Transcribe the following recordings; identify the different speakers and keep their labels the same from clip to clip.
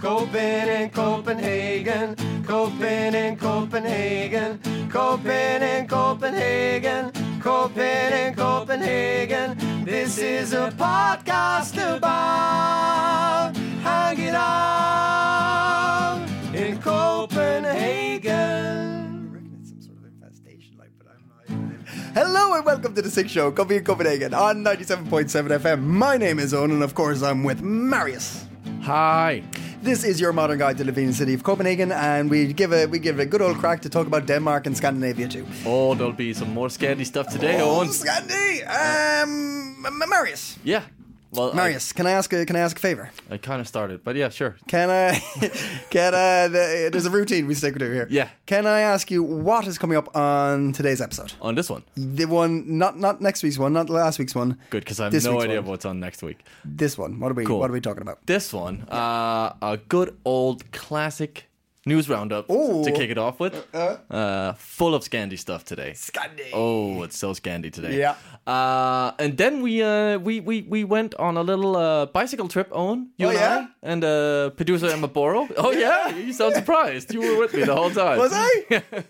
Speaker 1: Copen in Copenhagen, Copen in Copenhagen, Copen in Copenhagen, Copen in Copenhagen. This is a podcast about hanging out in Copenhagen. Hello and welcome to the Sick Show, Coffee in Copenhagen on 97.7 FM. My name is Owen, and of course, I'm with Marius.
Speaker 2: Hi.
Speaker 1: This is your modern guide to living in the city of Copenhagen, and we give a we give it a good old crack to talk about Denmark and Scandinavia too.
Speaker 2: Oh, there'll be some more scary stuff today,
Speaker 1: Oh,
Speaker 2: Owen.
Speaker 1: Scandi, um, M- M- Marius,
Speaker 2: Yeah. Well,
Speaker 1: Marius, can I ask a, can I ask a favor?
Speaker 2: I, I kind of started, but yeah, sure.
Speaker 1: Can I can I? the- There's a routine we stick to here.
Speaker 2: Yeah.
Speaker 1: Can I ask you what is coming up on today's episode?
Speaker 2: On this one.
Speaker 1: The one, not not next week's one, not last week's one.
Speaker 2: Good, because I have
Speaker 1: This
Speaker 2: no
Speaker 1: week's
Speaker 2: idea
Speaker 1: one.
Speaker 2: what's on next week.
Speaker 1: This one. What are we
Speaker 2: Cool.
Speaker 1: What are we talking about?
Speaker 2: This one, uh, a good old classic news roundup
Speaker 1: Ooh.
Speaker 2: to kick it off with. Uh, full of Scandi stuff today.
Speaker 1: Scandi.
Speaker 2: Oh, it's so Scandi today.
Speaker 1: Yeah.
Speaker 2: Uh, and then we uh, we, we we went on a little uh, bicycle trip, Owen. You
Speaker 1: Oh,
Speaker 2: and
Speaker 1: yeah?
Speaker 2: I and uh, producer Emma Borrow. Oh yeah, you sound surprised. You were with me the whole time.
Speaker 1: Was I?
Speaker 2: Oh,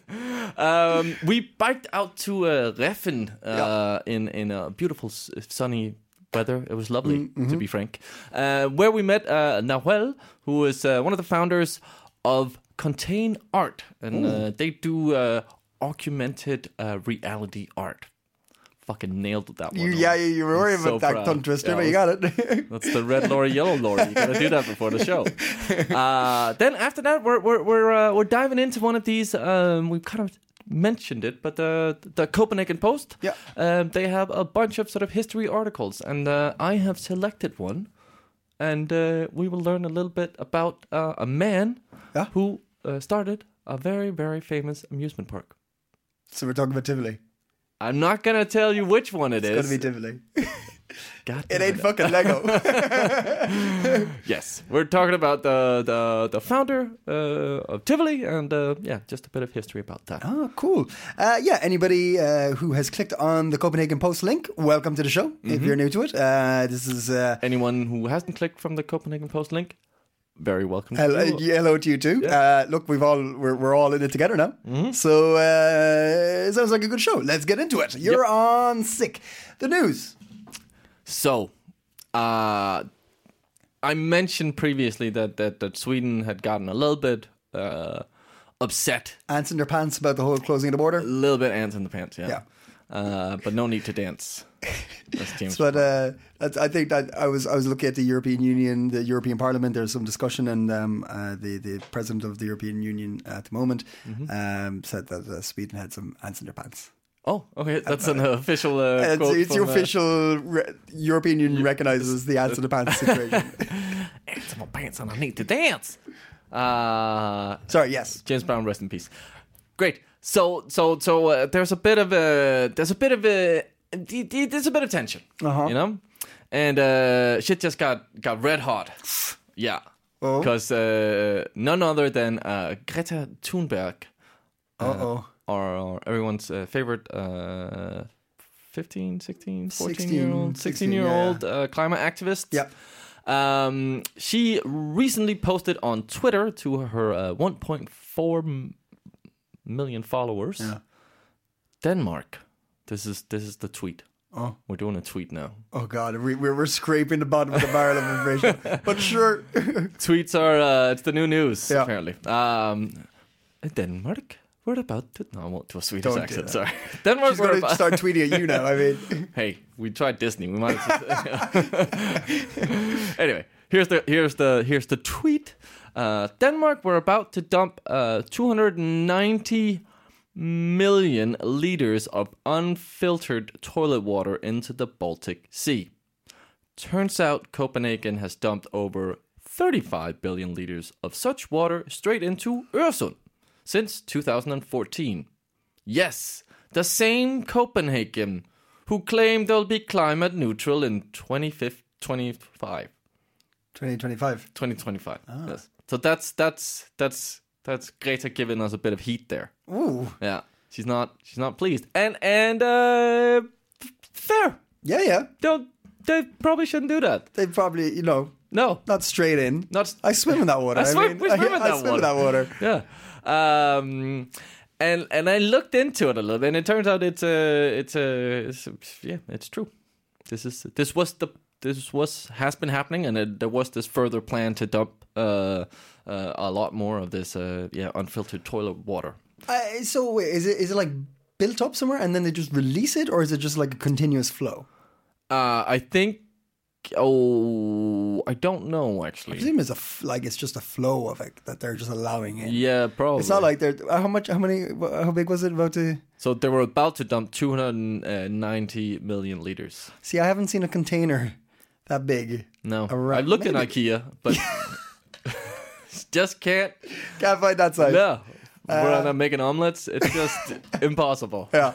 Speaker 2: um, we biked out to uh, Reffen uh, in in a beautiful s- sunny weather. It was lovely,
Speaker 1: Mm, mm-hmm.
Speaker 2: to be frank. Uh, where we met uh, Nahuel, who is uh, one of the founders of Contain Art, and uh, they do uh, augmented uh, reality art. Fucking nailed that one.
Speaker 1: You,
Speaker 2: Owen.
Speaker 1: yeah, you, you were
Speaker 2: I'm
Speaker 1: worried
Speaker 2: so
Speaker 1: about that
Speaker 2: proud.
Speaker 1: tongue twister,
Speaker 2: Yeah,
Speaker 1: but
Speaker 2: I
Speaker 1: you
Speaker 2: was-
Speaker 1: got it.
Speaker 2: that's the red lorry, yellow lorry. You gotta do that before the show. Uh, then after that, we're we're we're, uh, we're diving into one of these. Um, we've kind of mentioned it, but the the Copenhagen Post.
Speaker 1: Yeah.
Speaker 2: Um, they have a bunch of sort of history articles, and uh, I have selected one, and uh, we will learn a little bit about uh, a man
Speaker 1: Yeah.
Speaker 2: who uh, started a very very famous amusement park.
Speaker 1: so we're talking about Tivoli.
Speaker 2: I'm not gonna tell you which one it
Speaker 1: It's
Speaker 2: is.
Speaker 1: gonna be Tivoli.
Speaker 2: God
Speaker 1: It
Speaker 2: damn
Speaker 1: ain't fucking Lego.
Speaker 2: Yes, we're talking about the the, the founder uh, of Tivoli, and uh, yeah, just a bit of history about that.
Speaker 1: Oh, cool. Uh, yeah, anybody uh, who has clicked on the Copenhagen Post link, welcome to the show.
Speaker 2: Mm-hmm.
Speaker 1: If you're new to it, uh, this is uh,
Speaker 2: Anyone who hasn't clicked from the Copenhagen Post link, very welcome. to
Speaker 1: hello,
Speaker 2: you.
Speaker 1: yeah, hello to you too. Uh, look, we've all we're, we're all in it together now.
Speaker 2: Mm-hmm.
Speaker 1: So uh, it sounds like a good show. Let's get into it. You're on sick. The news.
Speaker 2: So, uh, I mentioned previously that that that Sweden had gotten a little bit uh, upset,
Speaker 1: Ants in their pants about the whole closing of the border.
Speaker 2: a little bit ants in the pants, yeah.
Speaker 1: Yeah.
Speaker 2: Uh, but no need to dance. That's James.
Speaker 1: But uh, that's- I think that I was I was looking at the European Union, the European Parliament. There's some discussion, and um, uh, the the president of the European Union at the moment
Speaker 2: Mm-hmm.
Speaker 1: um, said that uh, Sweden had some ants in their pants.
Speaker 2: oh, okay, that's an official. Uh,
Speaker 1: It's,
Speaker 2: quote
Speaker 1: it's your
Speaker 2: from, uh,
Speaker 1: official re- European Union recognizes the ants in the pants situation.
Speaker 2: Ants in my pants, and I need to dance. Uh,
Speaker 1: Sorry, yes,
Speaker 2: James Brown, rest in peace. Great. So so so uh, there's a bit of a there's a bit of a d- d- there's a bit of tension,
Speaker 1: Uh-huh.
Speaker 2: you know, and uh, shit just got got red hot. Yeah,
Speaker 1: Oh.
Speaker 2: because uh, none other than uh, Greta Thunberg,
Speaker 1: uh oh,
Speaker 2: our, our everyone's uh, favorite. Uh, 15, 16, 14
Speaker 1: 16,
Speaker 2: year old, 16
Speaker 1: yeah,
Speaker 2: year
Speaker 1: yeah.
Speaker 2: old uh, climate activist.
Speaker 1: yeah,
Speaker 2: Um, she recently posted on Twitter to her uh, 1.4 m- million followers.
Speaker 1: Yeah.
Speaker 2: Denmark. This is this is the tweet.
Speaker 1: Oh.
Speaker 2: We're doing a tweet now.
Speaker 1: oh god, we, we're, we're scraping the bottom of the barrel of information. But sure,
Speaker 2: Tweets are uh, it's the new news
Speaker 1: Yeah.
Speaker 2: apparently. Um, Denmark. We're about to no, I won't do a Swedish
Speaker 1: Don't do
Speaker 2: accent.
Speaker 1: that.
Speaker 2: Sorry, Denmark.
Speaker 1: she's
Speaker 2: We're
Speaker 1: going
Speaker 2: about,
Speaker 1: to start tweeting at you now. I mean,
Speaker 2: Hey, we tried Disney. We might. As well. anyway, here's the here's the here's the tweet. Uh, Denmark, we're about to dump uh, 290 million liters of unfiltered toilet water into the Baltic Sea. Turns out Copenhagen has dumped over 35 billion liters of such water straight into Öresund since 2014. Yes, the same Copenhagen who claim they'll be climate neutral in 2025. 25,
Speaker 1: 2025.
Speaker 2: 2025. Yes. So that's that's that's that's Greta giving us a bit of heat there.
Speaker 1: Ooh.
Speaker 2: Yeah, she's not she's not pleased, and and uh, f- fair.
Speaker 1: Yeah, yeah.
Speaker 2: Don't they probably shouldn't do that?
Speaker 1: They probably, you know,
Speaker 2: No,
Speaker 1: not straight in.
Speaker 2: Not s-
Speaker 1: I swim in that water.
Speaker 2: I swim-
Speaker 1: mean,
Speaker 2: we swim in
Speaker 1: I,
Speaker 2: that
Speaker 1: I swim
Speaker 2: water.
Speaker 1: in that water.
Speaker 2: yeah. Um, and and I looked into it a little bit, and it turns out it's uh, it's uh, it's, yeah, it's true. This is this was the this was has been happening, and it, there was this further plan to dump uh, uh, a lot more of this uh, yeah unfiltered toilet water.
Speaker 1: Uh, so wait, is it is it like built up somewhere and then they just release it, or is it just like a continuous flow?
Speaker 2: Uh, I think. Oh, I don't know
Speaker 1: I
Speaker 2: actually.
Speaker 1: presume it's a f- like it's just a flow of it that they're just allowing in.
Speaker 2: Yeah, probably.
Speaker 1: It's not like they're uh, how much how many how big was it about to
Speaker 2: so they were about to dump 290 million liters.
Speaker 1: see I haven't seen a container that big.
Speaker 2: No,
Speaker 1: Around-
Speaker 2: I've looked in
Speaker 1: maybe.
Speaker 2: IKEA, but just can't.
Speaker 1: Can't find that size.
Speaker 2: No, when I'm making omelets, it's just impossible.
Speaker 1: Yeah.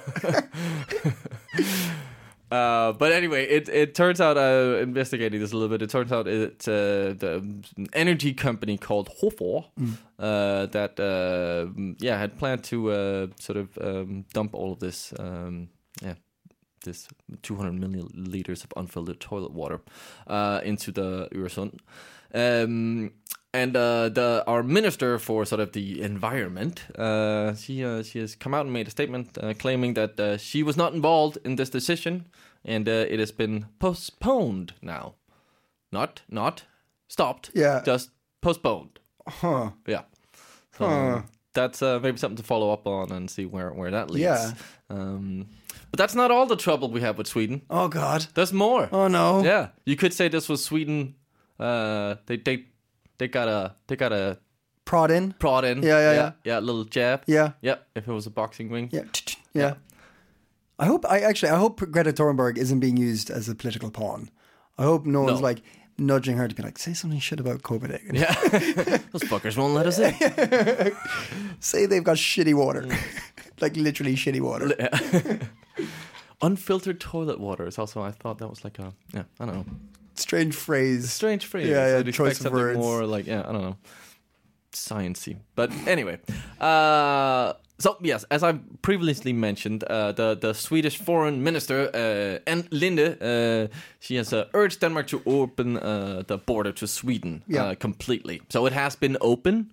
Speaker 2: Uh, but anyway, it it turns out uh, investigating this a little bit. It turns out it's uh, the an energy company called Hofor uh, that uh, yeah had planned to uh, sort of um, dump all of this um, yeah this 200 million liters of unfiltered toilet water uh, into the Öresund. Um, and uh, the our minister for sort of the environment, uh, she uh, she has come out and made a statement uh, claiming that uh, she was not involved in this decision, and uh, it has been postponed now, not not stopped,
Speaker 1: Yeah.
Speaker 2: just postponed.
Speaker 1: Huh.
Speaker 2: Yeah. So um, that's uh, maybe something to follow up on and see where, where that leads.
Speaker 1: Yeah.
Speaker 2: Um, but that's not all the trouble we have with Sweden.
Speaker 1: Oh God.
Speaker 2: There's more.
Speaker 1: Oh no.
Speaker 2: Yeah, you could say this was Sweden. Uh, they they they got a they got a
Speaker 1: Prod in.
Speaker 2: prod in.
Speaker 1: Yeah, yeah,
Speaker 2: yeah,
Speaker 1: yeah.
Speaker 2: a little jab.
Speaker 1: Yeah.
Speaker 2: Yep. If it was a boxing ring.
Speaker 1: Yeah. Yeah. I hope I actually I hope Greta Thunberg isn't being used as a political pawn. I hope no, one's like nudging her to be like, say something shit about Copenhagen.
Speaker 2: Yeah. Those fuckers won't let us in.
Speaker 1: Say they've got shitty water.
Speaker 2: Mm.
Speaker 1: like literally shitty water.
Speaker 2: Unfiltered toilet water is also. I thought that was like a yeah. I don't know.
Speaker 1: Strange phrase.
Speaker 2: Strange phrase.
Speaker 1: Yeah, yeah,
Speaker 2: I'd expect
Speaker 1: choice of
Speaker 2: something
Speaker 1: words.
Speaker 2: more like yeah. I don't know. Sciency. But anyway. Uh, so yes, as I previously mentioned, uh, the the Swedish foreign minister uh, Ann Linde, uh, she has uh, urged Denmark to open uh, the border to Sweden
Speaker 1: Yeah. Mm-hmm.
Speaker 2: uh, completely. So it has been open.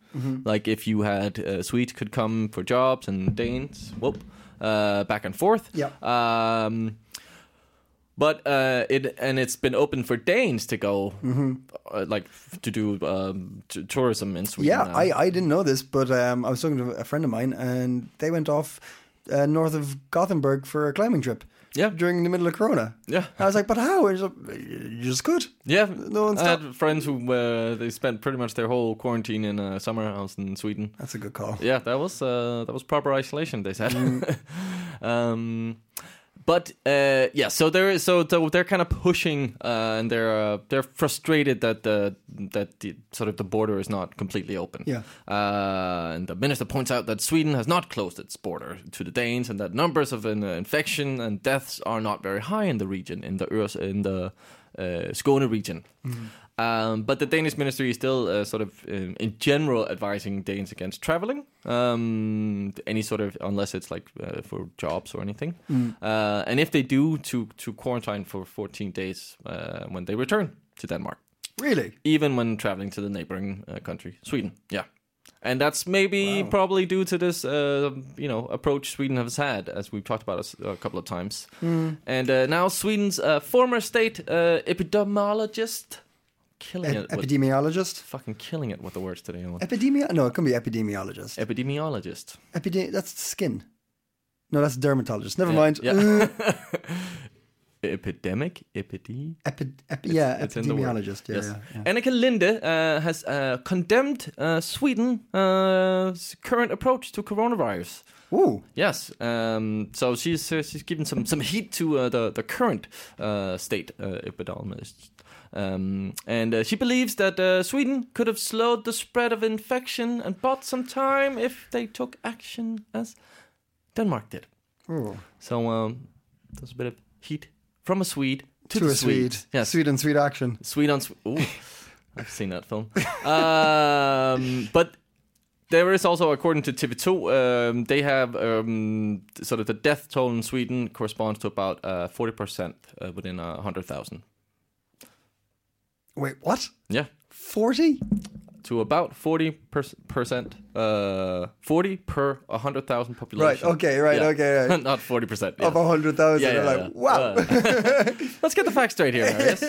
Speaker 2: Like if you had uh, Swedes could come for jobs and Danes, whoop, uh, back and forth.
Speaker 1: Yeah.
Speaker 2: Um, but uh, it and it's been open for Danes to go,
Speaker 1: Mm-hmm.
Speaker 2: uh, like f- to do um, t- tourism in Sweden.
Speaker 1: Yeah,
Speaker 2: now.
Speaker 1: I, I didn't know this, but um, I was talking to a friend of mine, and they went off uh, north of Gothenburg for a climbing trip.
Speaker 2: Yeah.
Speaker 1: during the middle of Corona.
Speaker 2: Yeah.
Speaker 1: I was like, but how? And she's like, you just could.
Speaker 2: yeah.
Speaker 1: no one's
Speaker 2: I had friends who uh, they spent pretty much their whole quarantine in a summer house in Sweden.
Speaker 1: That's a good call.
Speaker 2: Yeah, that was uh, that was proper isolation. They said.
Speaker 1: Mm.
Speaker 2: um, but uh, yeah, so they're so, so they're kind of pushing, uh, and they're uh, they're frustrated that the that the, sort of the border is not completely open.
Speaker 1: Yeah.
Speaker 2: Uh, and the minister points out that Sweden has not closed its border to the Danes, and that numbers of an, uh, infection and deaths are not very high in the region in the Öres- in the uh, Skåne region. Um, but the Danish ministry is still uh, sort of, um, in general, advising Danes against traveling, um, any sort of, unless it's like uh, for jobs or anything. Uh, and if they do, to to quarantine for 14 days uh, when they return to Denmark
Speaker 1: Really?
Speaker 2: even when traveling to the neighboring uh, country, Sweden. Yeah. And that's maybe probably due to this, uh, you know, approach Sweden has had, as we've talked about a, a couple of times.
Speaker 1: Hmm.
Speaker 2: And uh, now Sweden's uh, former state uh, epidemiologist, killing
Speaker 1: E-
Speaker 2: it, with,
Speaker 1: epidemiologist?
Speaker 2: fucking killing it with the words today. Owen.
Speaker 1: Epidemia? No, it can be epidemiologist.
Speaker 2: Epidemiologist.
Speaker 1: Epide- that's skin. No, that's dermatologist. Never
Speaker 2: Yeah,
Speaker 1: mind. Uh,
Speaker 2: Yeah. Epidemic, epidemic.
Speaker 1: Epi- epi- yeah,
Speaker 2: It's in the word.
Speaker 1: epidemiologist. Yeah,
Speaker 2: yes.
Speaker 1: yeah, yeah.
Speaker 2: Annika Linde uh, has uh, condemned uh, Sweden's current approach to coronavirus.
Speaker 1: Ooh,
Speaker 2: Yes. Um, so she's uh, she's given some some heat to uh, the the current uh, state uh, epidemiologist. Um, and uh, she believes that uh, Sweden could have slowed the spread of infection and bought some time if they took action as Denmark did.
Speaker 1: Oh.
Speaker 2: So um, there's a bit of heat from a Swede to,
Speaker 1: To
Speaker 2: the
Speaker 1: a Swede.
Speaker 2: Swedes. Yes.
Speaker 1: Swede and Swede action.
Speaker 2: Sweet on Sweet. Ooh, I've seen that film. Um, but there is also, according to TV2, um, they have um, sort of the death toll in Sweden corresponds to about uh, 40% uh, within uh, 100,000.
Speaker 1: Wait, what?
Speaker 2: Yeah,
Speaker 1: 40?
Speaker 2: to about 40%, uh, 40 per 100,000 population.
Speaker 1: Right, okay, right,
Speaker 2: Yeah.
Speaker 1: okay, right.
Speaker 2: Not 40%.
Speaker 1: Of
Speaker 2: yeah.
Speaker 1: 100,000.
Speaker 2: Yeah,
Speaker 1: I'm
Speaker 2: yeah,
Speaker 1: like,
Speaker 2: yeah.
Speaker 1: wow.
Speaker 2: Let's get the facts straight here, Marius.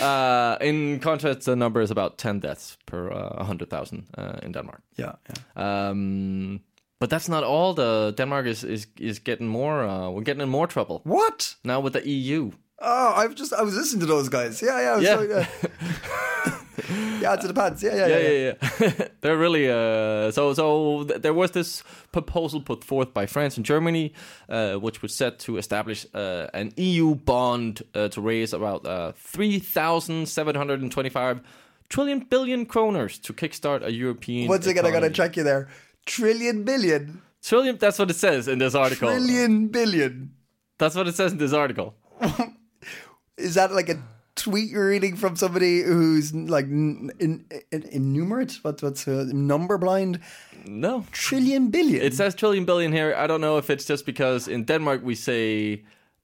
Speaker 2: uh, in contrast, the number is about 10 deaths per uh, 100,000 uh, in Denmark.
Speaker 1: yeah, yeah.
Speaker 2: Um, but that's not all. The Denmark is is, is getting more. Uh, we're getting in more trouble
Speaker 1: What?
Speaker 2: now with the E EU.
Speaker 1: Oh, I've just, I was listening to those guys. Yeah, yeah. I was
Speaker 2: Yeah.
Speaker 1: so- yeah. yeah, to the pads. Yeah, yeah, yeah.
Speaker 2: Yeah, yeah, yeah. They're really uh, so. So th- there was this proposal put forth by France and Germany, uh, which was set to establish uh, an EU bond uh, to raise about uh, three thousand seven hundred and twenty-five trillion billion kroners to kickstart a European.
Speaker 1: Once again, I got to
Speaker 2: economy.
Speaker 1: check you there. Trillion billion.
Speaker 2: Trillion. That's what it says in this article.
Speaker 1: Trillion billion.
Speaker 2: That's what it says in this article.
Speaker 1: Is that like a tweet you're reading from somebody who's like in, in, in, innumerate? What, what's uh, number blind?
Speaker 2: No.
Speaker 1: Trillion billion.
Speaker 2: It says trillion billion here. I don't know if it's just because in Denmark we say,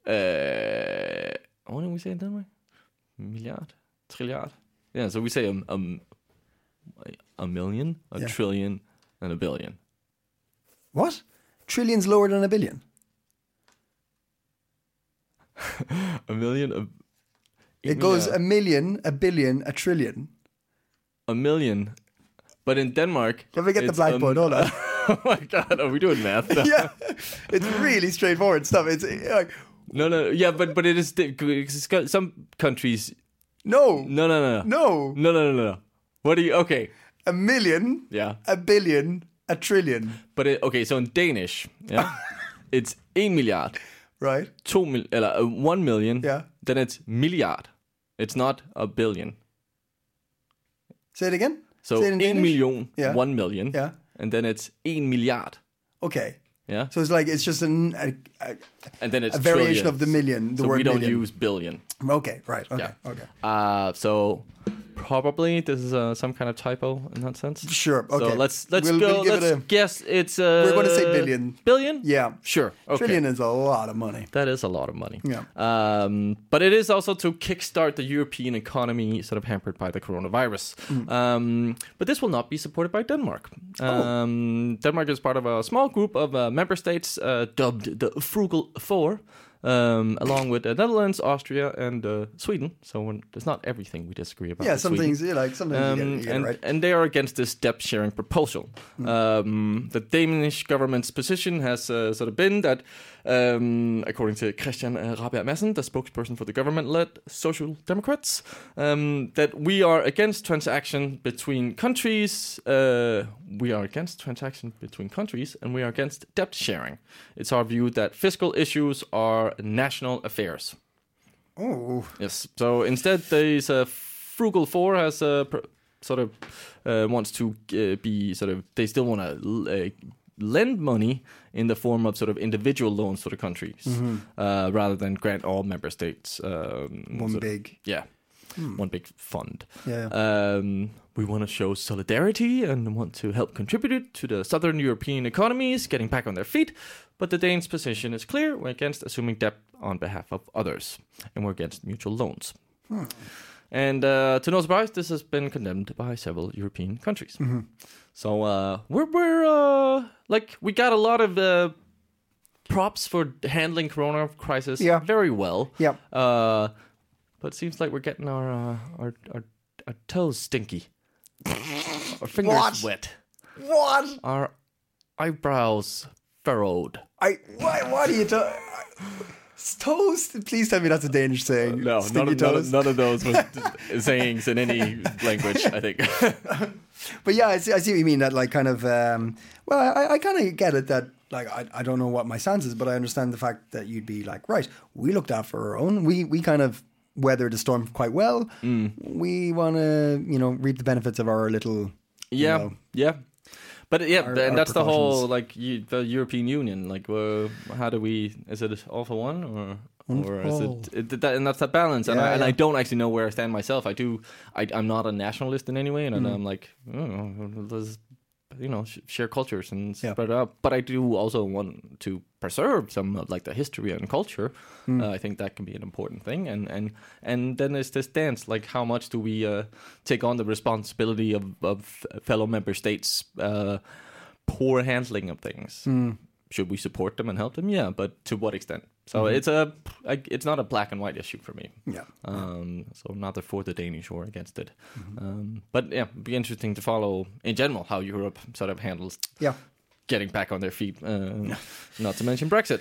Speaker 2: uh, what do we say in Denmark? Milliard, trilliard. Yeah, so we say um, um, a million, a
Speaker 1: Yeah.
Speaker 2: trillion, and a billion.
Speaker 1: what? Trillions lower than a billion.
Speaker 2: A million, a,
Speaker 1: It goes a million, a billion, a trillion.
Speaker 2: a million. But in Denmark,
Speaker 1: Let me get the
Speaker 2: it's a-
Speaker 1: blackboard. Hold on.
Speaker 2: oh my god, are we doing math? now?
Speaker 1: yeah, it's really straightforward stuff. It's uh, like
Speaker 2: No, no, yeah, but but it is di- it's got some countries.
Speaker 1: no,
Speaker 2: No, no, no, no,
Speaker 1: no,
Speaker 2: no, no, no. no. What do you? Okay,
Speaker 1: a million,
Speaker 2: yeah.
Speaker 1: a billion, a trillion,
Speaker 2: But it, okay, so in Danish, yeah, it's 1 milliard,
Speaker 1: right?
Speaker 2: 2 mil, eller uh, 1 million,
Speaker 1: Yeah.
Speaker 2: then it's milliard. It's not a billion.
Speaker 1: Say it again.
Speaker 2: So
Speaker 1: Say it in
Speaker 2: 1
Speaker 1: Danish.
Speaker 2: million,
Speaker 1: Yeah.
Speaker 2: 1 million,
Speaker 1: Yeah.
Speaker 2: and then it's 1 milliard.
Speaker 1: Okay,
Speaker 2: Yeah.
Speaker 1: so it's like it's just an, a, a,
Speaker 2: and then it's
Speaker 1: a variation
Speaker 2: trillion.
Speaker 1: of the million. The
Speaker 2: so
Speaker 1: word
Speaker 2: we don't
Speaker 1: million.
Speaker 2: use billion.
Speaker 1: Okay, right. Okay,
Speaker 2: Yeah.
Speaker 1: okay.
Speaker 2: Uh, so probably this is uh, some kind of typo in that sense.
Speaker 1: Sure,
Speaker 2: So
Speaker 1: okay.
Speaker 2: let's let's
Speaker 1: We'll-
Speaker 2: go.
Speaker 1: we'll give it
Speaker 2: let's
Speaker 1: a-
Speaker 2: guess it's. Uh,
Speaker 1: We're gonna say billion.
Speaker 2: Billion.
Speaker 1: Yeah,
Speaker 2: Sure. Okay.
Speaker 1: trillion is a lot of money.
Speaker 2: That is a lot of money.
Speaker 1: Yeah.
Speaker 2: Um, but it is also to kickstart the European economy, sort of hampered by the coronavirus.
Speaker 1: Mm.
Speaker 2: Um, but this will not be supported by Denmark.
Speaker 1: Oh.
Speaker 2: Um, Denmark is part of a small group of uh, member states uh, dubbed the Frugal Four, um, along with the Netherlands, Austria, and uh, Sweden. So when, it's not everything we disagree about.
Speaker 1: Yeah,
Speaker 2: with
Speaker 1: some
Speaker 2: Sweden.
Speaker 1: things. Yeah, like sometimes you get, it, you
Speaker 2: Oh, Um,
Speaker 1: get it
Speaker 2: and,
Speaker 1: right. Hmm.
Speaker 2: and they are against this debt sharing proposal. Um, the Danish government's position has uh, sort of been that, um, according to Christian uh, Rabia Madsen, the spokesperson for the government led Social Democrats, um, that we are against transaction between countries, uh, we are against transaction between countries, and we are against debt sharing. It's our view that fiscal issues are national affairs.
Speaker 1: Oh,
Speaker 2: Yes. So instead, there's a frugal four has a pr- sort of uh, wants to uh, be sort of they still want to. Uh, Lend money in the form of sort of individual loans to the countries, uh, rather than grant all member states. Um,
Speaker 1: one
Speaker 2: sort of-
Speaker 1: big.
Speaker 2: yeah, one big fund.
Speaker 1: Yeah.
Speaker 2: Um, we want to show solidarity and want to help contribute to the southern European economies getting back on their feet. But the Danes' position is clear we're against assuming debt on behalf of others, and we're against mutual loans.
Speaker 1: Hmm.
Speaker 2: And uh, to no surprise, this has been condemned by several European countries.
Speaker 1: Mm-hmm.
Speaker 2: So uh, we're, we're uh, like, we got a lot of uh, props for handling corona crisis
Speaker 1: Yeah.
Speaker 2: very well.
Speaker 1: Yeah.
Speaker 2: Uh, but it seems like we're getting our uh, our, our our toes stinky, our fingers
Speaker 1: What?
Speaker 2: wet,
Speaker 1: What?
Speaker 2: our eyebrows furrowed.
Speaker 1: I why why do you do toast? Please tell me that's a Danish saying. Stinky toast.
Speaker 2: of those was sayings in any language. I think.
Speaker 1: But yeah, I see, I see what you mean. That like kind of um, well, I, I kind of get it. That like I, I don't know what my stance is, but I understand the fact that you'd be like, right, we looked after our own. We we kind of weather the storm quite well.
Speaker 2: Mm.
Speaker 1: We want to, you know, reap the benefits of our little. you
Speaker 2: Yeah,
Speaker 1: know,
Speaker 2: yeah. But yeah,
Speaker 1: Our-
Speaker 2: and
Speaker 1: our
Speaker 2: that's the whole
Speaker 1: precautions.
Speaker 2: like you, the European Union. Like, well, how do we? Is it all for one or? Or is
Speaker 1: all.
Speaker 2: it, it that, and that's that balance, and,
Speaker 1: Yeah,
Speaker 2: I, and
Speaker 1: yeah.
Speaker 2: I don't actually know where I stand myself. I do, I, I'm not a nationalist in any way,
Speaker 1: Mm.
Speaker 2: and I'm like, oh, let's, you know, sh- share cultures and
Speaker 1: Yeah.
Speaker 2: spread it out. But I do also want to preserve some of like the history and culture.
Speaker 1: Mm.
Speaker 2: Uh, I think that can be an important thing, and and and then there's this dance. Like, how much do we uh, take on the responsibility of, of fellow member states' uh, poor handling of things? Should we support them and help them? Yeah, but to what extent? So it's a, I, it's not a black and white issue for me.
Speaker 1: Yeah.
Speaker 2: Um, so neither for the Danish or against it. Um, but yeah, it'd be interesting to follow in general how Europe sort of handles
Speaker 1: Yeah.
Speaker 2: getting back on their feet. Uh, not to mention Brexit.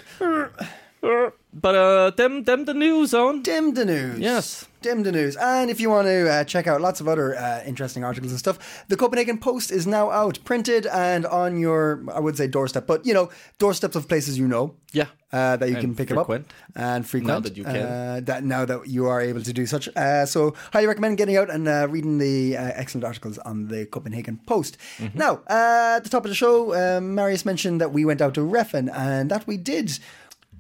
Speaker 2: but uh, them, them, the new zone.
Speaker 1: Dim the news.
Speaker 2: Yes.
Speaker 1: Dim the news. And if you want to uh, check out lots of other uh, interesting articles and stuff, the Copenhagen Post is now out, printed and on your, I would say doorstep, but you know, doorsteps of places you know.
Speaker 2: Yeah.
Speaker 1: Uh, that you
Speaker 2: And
Speaker 1: can pick
Speaker 2: frequent.
Speaker 1: it up and frequent.
Speaker 2: that you can.
Speaker 1: Uh, that now that you are able to do such. Uh, so highly recommend getting out and uh, reading the uh, excellent articles on the Copenhagen Post.
Speaker 2: Mm-hmm.
Speaker 1: Now, uh, at the top of the show, uh, Marius mentioned that we went out to Refn, and that we did.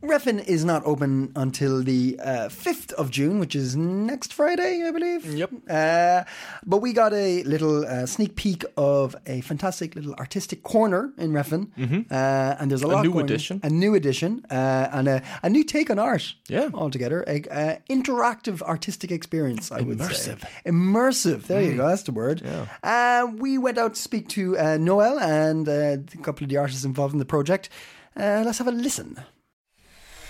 Speaker 1: Refn is not open until the uh, 5th of June, which is next Friday, I believe.
Speaker 2: Yep.
Speaker 1: Uh, but we got a little uh, sneak peek of a fantastic little artistic corner in Refn. Uh, and there's a, lot
Speaker 2: Mm-hmm. new
Speaker 1: going-
Speaker 2: edition.
Speaker 1: a new edition uh, and a, a new take on art
Speaker 2: Yeah.
Speaker 1: altogether a, a interactive artistic experience i would say
Speaker 2: Immersive. Mm.
Speaker 1: immersive there you go that's the word uh, we went out to speak to uh, noel and uh, a couple of the artists involved in the project uh, let's have a listen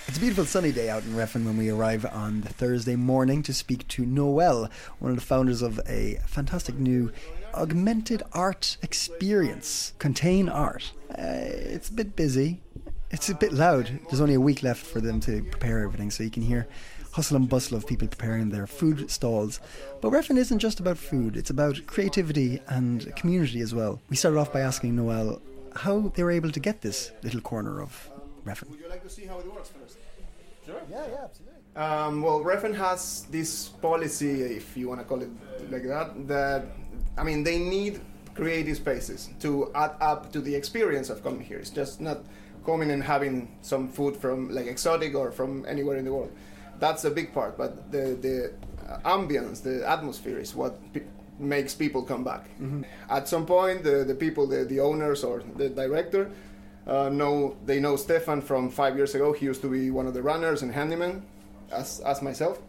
Speaker 1: it's a beautiful sunny day out in Refn when we arrive on the Thursday morning to speak to Noel, one of the founders of a fantastic new augmented art experience, Contain Art. Uh, it's a bit busy, it's a bit loud. There's only a week left for them to prepare everything, so you can hear hustle and bustle of people preparing their food stalls. But Refn isn't just about food, it's about creativity and community as well. We started off by asking Noel how they were able to get this little corner of Refn.
Speaker 3: Would you like to see how it works first? Sure. Yeah, yeah, absolutely. Um, well, Refn has this policy, if you want to call it like that, that I mean, they need creative spaces to add up to the experience of coming here. It's just not coming and having some food from like exotic or from anywhere in the world. That's a big part, but the the uh, ambience, the atmosphere is what pe- makes people come back. At some point, the, the people, the, the owners or the director, uh, know they know Stefan from five years ago. He used to be one of the runners and handyman, as as myself,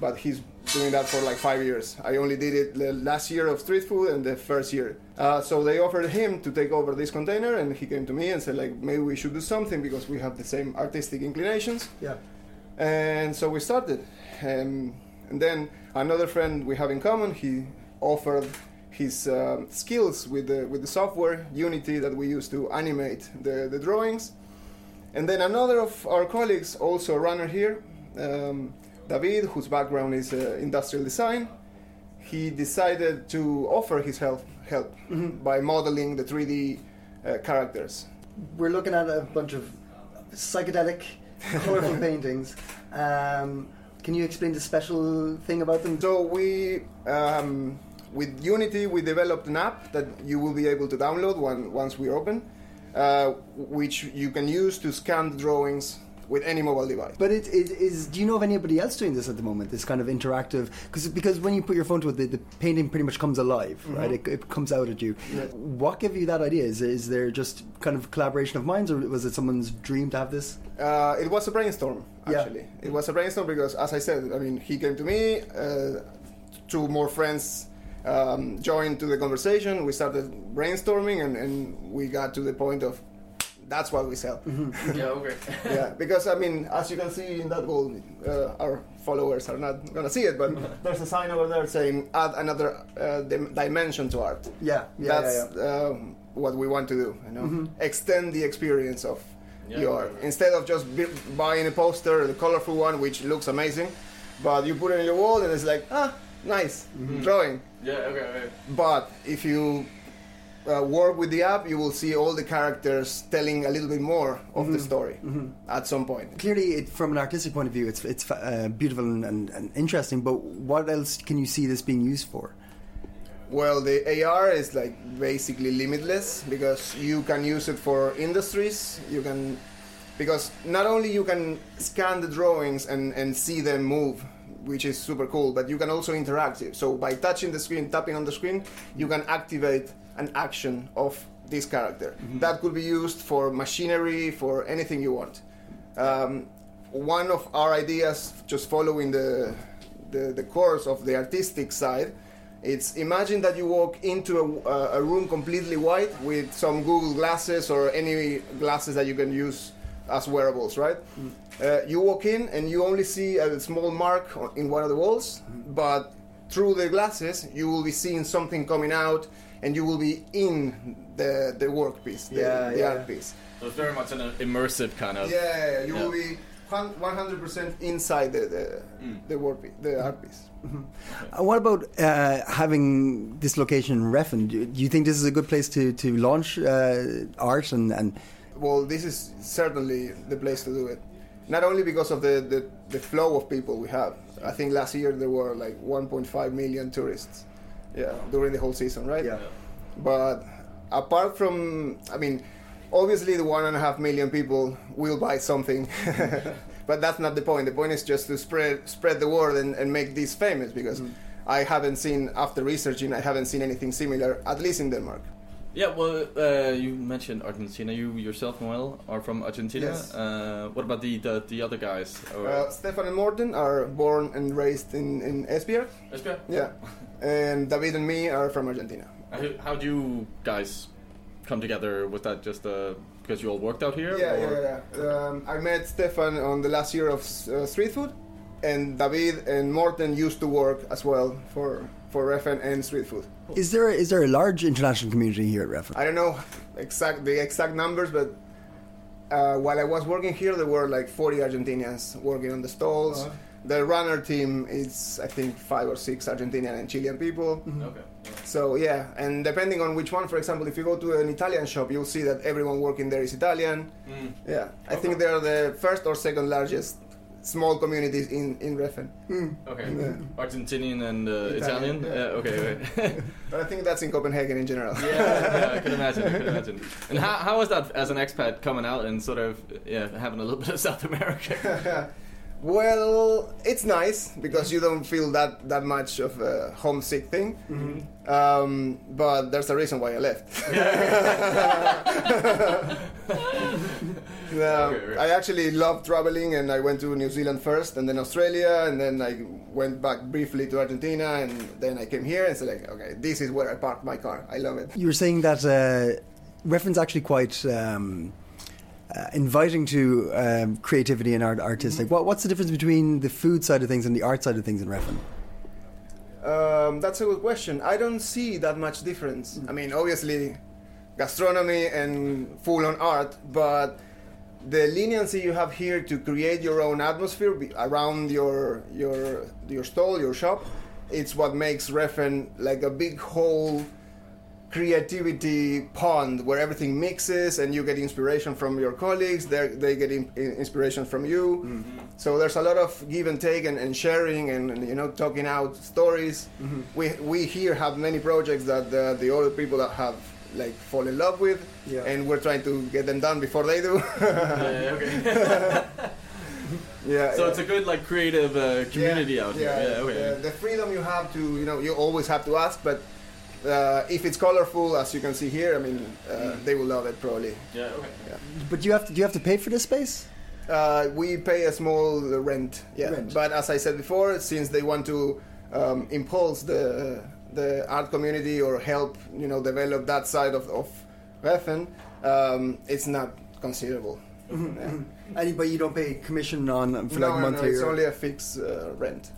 Speaker 3: but he's doing that for like five years. I only did it the last year of street food and the first year. Uh, so they offered him to take over this container, and he came to me and said like maybe we should do something because we have the same artistic inclinations.
Speaker 1: Yeah.
Speaker 3: And so we started. Um, and then another friend we have in common, he offered his um skills with the, with the software Unity that we use to animate the, the drawings. And then another of our colleagues, also a runner here, um, David, whose background is uh, industrial design, he decided to offer his help, help by modeling the 3D uh, characters.
Speaker 1: we're looking at a bunch of psychedelic, colorful paintings. Um, can you explain the special thing about them?
Speaker 3: So we, um, with Unity, we developed an app that you will be able to download when, once we open, uh, which you can use to scan the drawings with any mobile device.
Speaker 1: But it, it is. Do you know of anybody else doing this at the moment? This kind of interactive, because because when you put your phone to it, the, the painting pretty much comes alive, right? It, it comes out at you. What gave you that idea? Is is there just kind of collaboration of minds, or was it someone's dream to have this?
Speaker 3: uh, it was a brainstorm
Speaker 1: Yeah.
Speaker 3: actually it was a brainstorm because as i said i mean he came to me uh, two more friends um, joined to the conversation we started brainstorming and, and we got to the point of that's what we sell yeah okay yeah because i mean as you can see in that goal uh, our followers are not gonna see it but there's a sign over there saying add another uh, dim- dimension to art
Speaker 1: Yeah, yeah, yeah, Mm-hmm.
Speaker 3: that's um, what we want to do. You know, extend the experience of your instead of just b- buying a poster, the colorful one which looks amazing, but you put it on your wall and
Speaker 1: Mm-hmm.
Speaker 3: it's like ah, nice drawing.
Speaker 2: Yeah, okay,
Speaker 3: But if you uh, work with the app, you will see all the characters telling a little bit more of
Speaker 1: Mm-hmm.
Speaker 3: the story at some point.
Speaker 1: Clearly, it, from an artistic point of view, it's it's uh, beautiful and, and, and interesting. But what else can you see this being used for?
Speaker 3: Well, the AR is like basically limitless because you can use it for industries. You can because not only you can scan the drawings and and see them move, which is super cool, but you can also interact it. So by touching the screen, tapping on the screen, you can activate an action of this character. That could be used for machinery, for anything you want. Um, one of our ideas, just following the, the the course of the artistic side, it's imagine that you walk into a, a room completely white with some Google glasses or any glasses that you can use as wearables, right?
Speaker 1: Mm-hmm.
Speaker 3: Uh, you walk in and you only see a small mark on- in one of the walls,
Speaker 1: Mm-hmm.
Speaker 3: but through the glasses you will be seeing something coming out and you will be in the the workpiece, the,
Speaker 1: Yeah,
Speaker 3: the
Speaker 1: yeah.
Speaker 3: art piece.
Speaker 2: So it's very much an immersive kind of.
Speaker 3: Yeah, you will
Speaker 2: Yeah.
Speaker 3: be hun- 100% inside the the,
Speaker 1: Mm.
Speaker 3: the workpiece, the art piece.
Speaker 1: Uh, what about uh, having this location in Refn? Do, do you think this is a good place to to launch uh, art and and
Speaker 3: well, this is certainly the place to do it. Not only because of the, the, the flow of people we have. I think last year there were like 1.5 million tourists. Yeah, during the whole season, right?
Speaker 1: Yeah.
Speaker 3: But apart from, I mean, obviously the one and a half million people will buy something, but that's not the point. The point is just to spread spread the word and, and make this famous because I haven't seen after researching, I haven't seen anything similar, at least in Denmark.
Speaker 2: Yeah, well, uh, you mentioned Argentina. You yourself, Noel, are from Argentina.
Speaker 3: Yes.
Speaker 2: Uh, what about the the, the other guys? Or-
Speaker 3: Uh, Stefan and Morten are born and raised in, in Esbjerg.
Speaker 2: Esbjerg?
Speaker 3: Yeah. And David and me are from Argentina.
Speaker 2: How, how do you guys come together? Was that just uh, because you all worked out here?
Speaker 3: Yeah,
Speaker 2: or-
Speaker 3: yeah, yeah. Um, I met Stefan on the last year of uh, street food, and David and Morten used to work as well for for Refn and street food.
Speaker 1: is there is there a large international community here at Refn?
Speaker 3: I don't know exact the exact numbers, but uh, while I was working here, there were like 40 Argentinians working on the stalls. The runner team is, I think, five or six Argentinian and Chilean people.
Speaker 2: Okay.
Speaker 3: So yeah, and depending on which one, for example, if you go to an Italian shop, you'll see that everyone working there is Italian. Yeah, I think they are the first or second largest small communities in in Reffen.
Speaker 2: Okay. Argentinian and uh, Italian.
Speaker 3: yeah.
Speaker 2: Uh, okay. Right.
Speaker 3: But I think that's in Copenhagen in general.
Speaker 2: yeah, yeah, I can imagine. I can imagine. And how how was that as an expat coming out and sort of yeah having a little bit of South America?
Speaker 3: Well, it's nice because you don't feel that that much of a homesick thing.
Speaker 2: Mm-hmm.
Speaker 3: Um, but there's a reason why I left. Yeah,
Speaker 2: Okay, right.
Speaker 3: I actually love traveling, and I went to New Zealand first, and then Australia, and then I went back briefly to Argentina, and then I came here and said, like, okay, this is where I parked my car. I love it.
Speaker 1: You were saying that uh, Refn's actually quite. Um, uh, inviting to um, creativity and art, artistic.
Speaker 3: Mm-hmm.
Speaker 1: What, what's the difference between the food side of things and the art side of things in Refn?
Speaker 3: Um, that's a good question. I don't see that much difference. I mean, obviously, gastronomy and full on art, but the leniency you have here to create your own atmosphere be- around your your your stall, your shop, it's what makes Refen like a big whole creativity pond where everything mixes and you get inspiration from your colleagues they're- they get in, in- inspiration from you so there's a lot of give and take and, and sharing and, and, you know talking out stories we, we here have many projects that the, the other people that have like fall in love with
Speaker 1: Yeah.
Speaker 3: and we're trying to get them done before they do
Speaker 2: Yeah, okay.
Speaker 3: yeah
Speaker 2: So
Speaker 3: yeah.
Speaker 2: it's a good like creative uh, community
Speaker 3: Yeah,
Speaker 2: out here. Yeah. okay.
Speaker 3: yeah. The freedom you have to, you know, you always have to ask, but uh, if it's colorful, as you can see here, I mean, uh, they will love it probably.
Speaker 2: Yeah, okay.
Speaker 1: But you have to, do you have to pay for this space?
Speaker 3: Uh, we pay a small rent, yeah.
Speaker 1: Rent.
Speaker 3: But as I said before, since they want to um, impulse the the art community or help, you know, develop that side of of Reffen, um, it's not considerable. Yeah.
Speaker 1: And, but you don't pay commission on for
Speaker 3: No,
Speaker 1: like
Speaker 3: no, no,
Speaker 1: monthly,
Speaker 3: it's
Speaker 1: or-
Speaker 3: only a fixed uh, rent.